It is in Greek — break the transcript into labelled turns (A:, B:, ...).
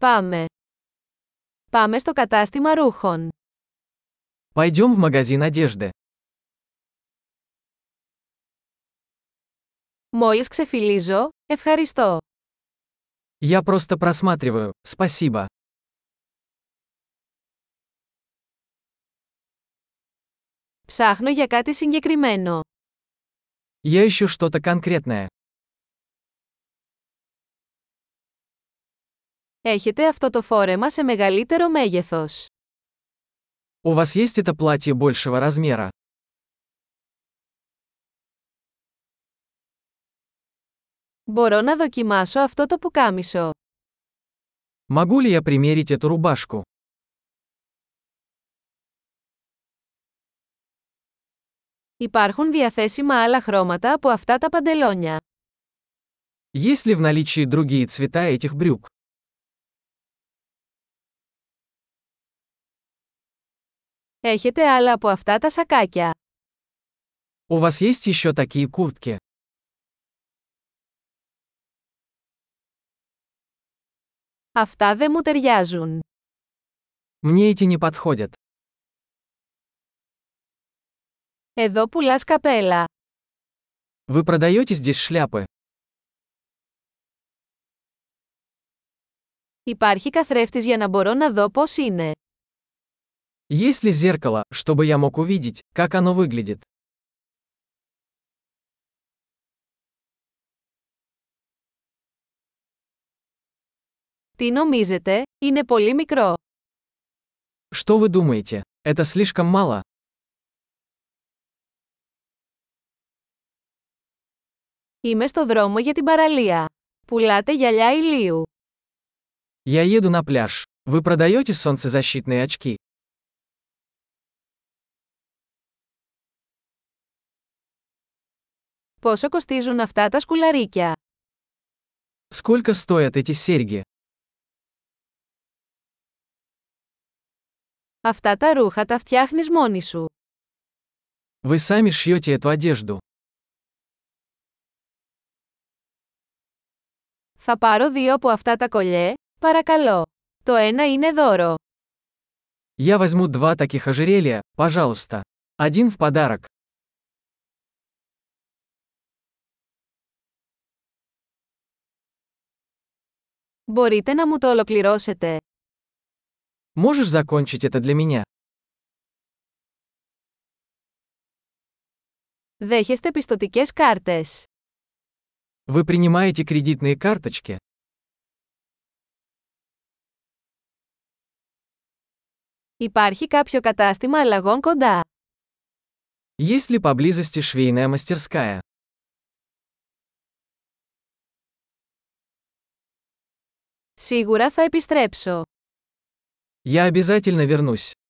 A: Πάμε. Πάμε στο κατάστημα ρούχων.
B: Пойдем в магазин одежды.
A: Μόλις ξεφυλίζω, ευχαριστώ.
B: Я просто просматриваю, спасибо.
A: Ψάχνω για κάτι συγκεκριμένο.
B: Я ищу что-то конкретное.
A: Έχετε αυτό το φόρεμα σε μεγαλύτερο μέγεθος.
B: У вас есть это платье большего размера?
A: Μπορώ να δοκιμάσω αυτό το πουκάμισο.
B: Могу ли я примерить эту рубашку?
A: Υπάρχουν διαθέσιμα άλλα χρώματα από αυτά τα παντελόνια.
B: Есть ли в наличии другие цвета этих брюк?
A: Έχετε άλλα από αυτά τα σακάκια.
B: У вас есть еще такие куртки?
A: Αυτά δεν μου ταιριάζουν.
B: Мне эти не подходят.
A: Εδώ πουλάς καπέλα.
B: Вы продаете здесь шляпы?
A: Υπάρχει καθρέφτης για να μπορώ να δω πώς είναι.
B: Есть ли зеркало, чтобы я мог увидеть, как оно выглядит?
A: Τι νομίζετε, είναι πολύ μικρό.
B: Что вы думаете? Это слишком мало?
A: Είμαι στο δρόμο για την παραλία. Πουλάτε γυαλιά ηλίου.
B: Я еду на пляж. Вы продаете солнцезащитные очки?
A: Πόσο κοστίζουν αυτά τα σκουλαρίκια.
B: Сколько стоят эти серьги?
A: Αυτά τα ρούχα τα φτιάχνεις μόνη σου.
B: Вы сами шьете эту одежду.
A: Θα πάρω δύο από αυτά τα κολλιέ, παρακαλώ. Το ένα είναι δώρο.
B: Я возьму два таких ожерелья, пожалуйста. Один в подарок.
A: Μπορείτε να μου το ολοκληρώσετε.
B: Можешь закончить это для меня?
A: Δέχεστε πιστοτικές κάρτες.
B: Вы принимаете кредитные карточки?
A: Υπάρχει κάποιο κατάστημα αλλαγών κοντά.
B: Есть ли поблизости швейная мастерская?
A: Σίγουρα θα επιστρέψω.
B: Я обязательно вернусь.